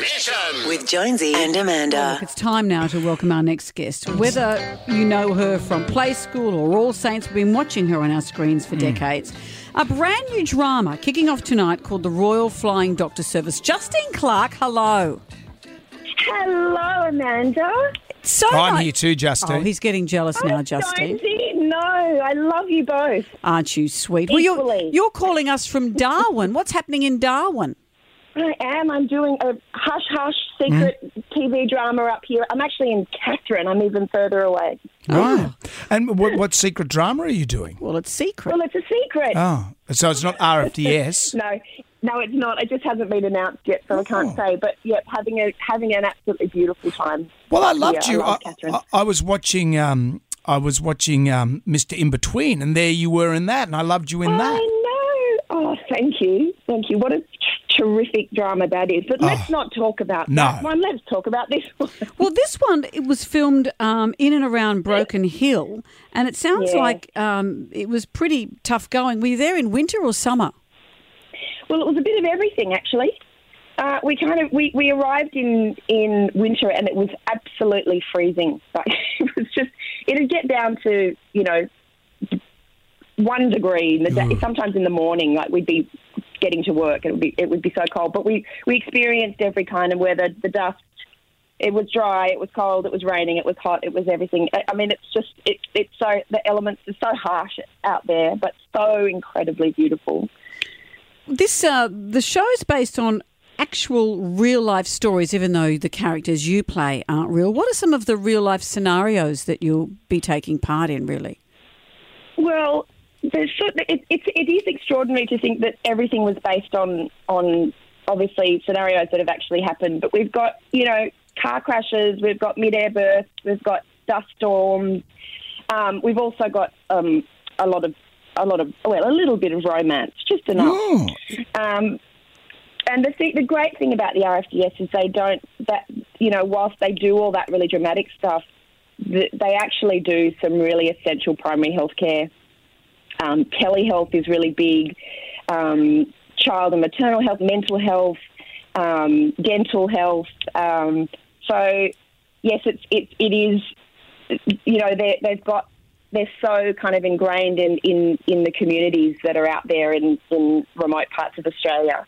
Mission. with Jonesy and Amanda. It's time now to welcome our next guest. Whether you know her from Play School or All Saints, we've been watching her on our screens for decades. A brand new drama kicking off tonight called The Royal Flying Doctor Service. Justine Clark, hello. Hello, Amanda. So I'm much- here too, Justine. Oh, he's getting jealous now, Justine. Jonesy, no, I love you both. Aren't you sweet? Well, you're, Equally. you're calling us from Darwin. What's happening in Darwin? I am. I'm doing a hush hush secret Hmm? TV drama up here. I'm actually in Catherine. I'm even further away. Right. And what, what secret drama are you doing? Well, it's secret. Well, it's a secret. Oh, so it's not RFDS. No, no, it's not. It just hasn't been announced yet, so I Oh. can't say. But yep, having a having an absolutely beautiful time. Well, I loved Yeah, you. I love I, Catherine. I- I was watching. Um, I was watching um, Mr. In Between, and there you were in that, and I loved you in I that. know. Oh, thank you, thank you. What a terrific drama that is. But let's not talk about Oh. No. that one. Let's talk about this one. Well, this one it was filmed um, in and around Broken Hill, and it sounds Yeah. like um, it was pretty tough going. Were you there in winter or summer? Well, it was a bit of everything actually. Uh, we kind of we, we arrived in in winter and it was absolutely freezing. Like it was just it'd get down to you know one degree in the day. Sometimes in the morning, like we'd be getting to work, and it would be it would be so cold. But we we experienced every kind of weather. The dust. It was dry. It was cold. It was raining. It was hot. It was everything. I, I mean, it's just it, it's so the elements are so harsh out there, but so incredibly beautiful. This uh, the show's based on actual real life stories, even though the characters you play aren't real. What are some of the real life scenarios that you'll be taking part in? Really, Well, there's so, it, it's it is extraordinary to think that everything was based on on obviously scenarios that have actually happened. But we've got you know car crashes, we've got mid-air bursts, we've got dust storms, um, we've also got um, a lot of a lot of well a little bit of romance, just enough. Oh, Um, and the, th- the great thing about the RFDS is they don't that you know whilst they do all that really dramatic stuff, th- they actually do some really essential primary health care. Um, telehealth is really big. Um, child and maternal health, mental health, um, dental health. Um, so yes, it's it, it is you know they they've got they're so kind of ingrained in, in, in the communities that are out there in, in remote parts of Australia,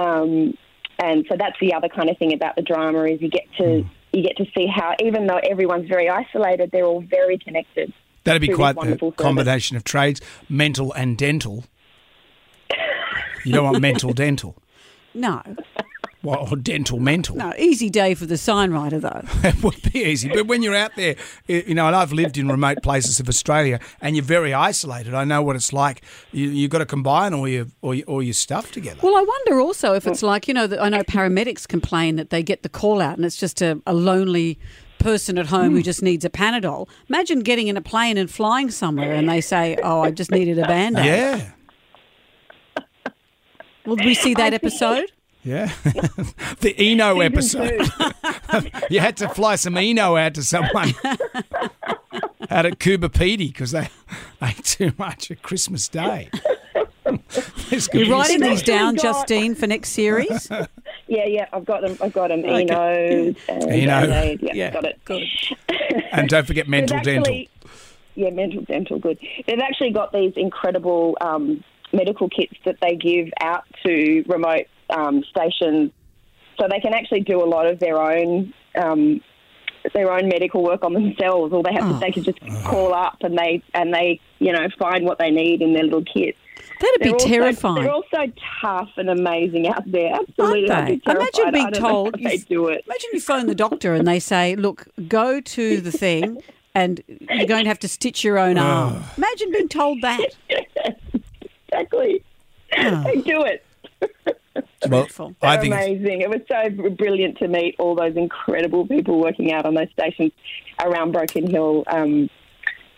um, and so that's the other kind of thing about the drama is you get to you get to see how even though everyone's very isolated, they're all very connected. that'd be Really quite the wonderful service. combination of trades: mental and dental. You don't want mental dental, no, well, or dental mental. no, easy day for the signwriter though. It would be easy. But when you're out there, y- you know, and I've lived in remote places of Australia and you're very isolated, I know what it's like. You, you've got to combine all your, all your, all your stuff together. Well, I wonder also if it's like, you know, that I know paramedics complain that they get the call out and it's just a, a lonely person at home who just needs a Panadol. Imagine getting in a plane and flying somewhere and they say, oh, I just needed a band aid. Yeah. Will we see that episode? Yeah. the Eno episode. Isn't it? You had to fly some Eno out to someone out at Cuba Pedy because they ate too much at Christmas Day. This could be You're writing a these story. down, Got- Justine, for next series? yeah, yeah, I've got them. I've got them. Okay. Eno, and Eno. Band-Aid. Yeah, Yeah, got it. good. And don't forget mental They've dental. actually- Yeah, mental dental, good. They've actually got these incredible um, medical kits that they give out to remote um, stations, so they can actually do a lot of their own um, their own medical work on themselves. All they have to Ah. they can just call up and they and they you know find what they need in their little kit. That'd be They're also- terrifying. They're also tough and amazing out there. Absolutely, Aren't I'd be they? Imagine terrified. being I don't know told how you- they do it. Imagine you phone the doctor and they say, look, go to the thing and you're going to have to stitch your own arm. Imagine being told that. Exactly, Ah. they do it. Well, dreadful. I They're think it's- amazing. It was so brilliant to meet all those incredible people working out on those stations around Broken Hill. Um,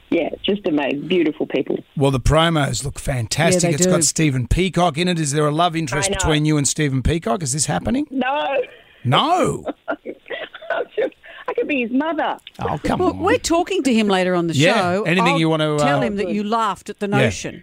yeah, just amazing, beautiful people. Well, the promos look fantastic. Yeah, they It's do. got Stephen Peacock in it. Is there a love interest I know. between you and Stephen Peacock? Is this happening? No, No. I'm just- I could be his mother. Oh, come Well, on. we're talking to him later on the Yeah, show. anything I'll you want to, uh, tell him that you laughed at the notion.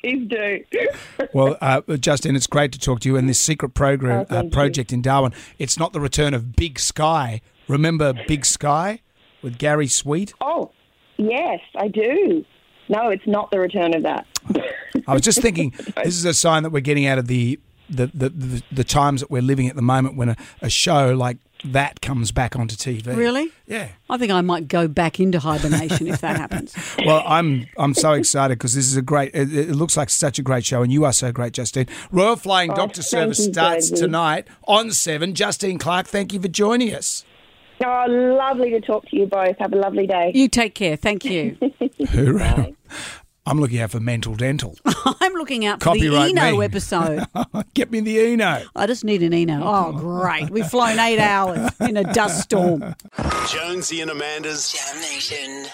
Please do. Well, uh, Justin, it's great to talk to you. And this secret program Oh, uh, thank you. project in Darwin, it's not the return of Big Sky. Remember Big Sky with Gary Sweet? oh, yes, I do. No, it's not the return of that. I was just thinking, this is a sign that we're getting out of the the, the, the, the times that we're living at the moment when a, a show like that comes back onto TV. Really? Yeah. I think I might go back into hibernation if that happens. Well, I'm I'm so excited because this is a great. It, it looks like such a great show, and you are so great, Justine. Royal Flying Doctor Oh, thank Service you, starts David. tonight on Seven. Justine Clark, thank you for joining us. Oh, lovely to talk to you both. Have a lovely day. You take care. Thank you. Hoorah. I'm looking out for mental dental. I'm looking out for Copyright the Eno me. episode. Get me the Eno. I just need an Eno. Oh, great. We've flown eight hours in a dust storm. Jonesy and Amanda's Damnation.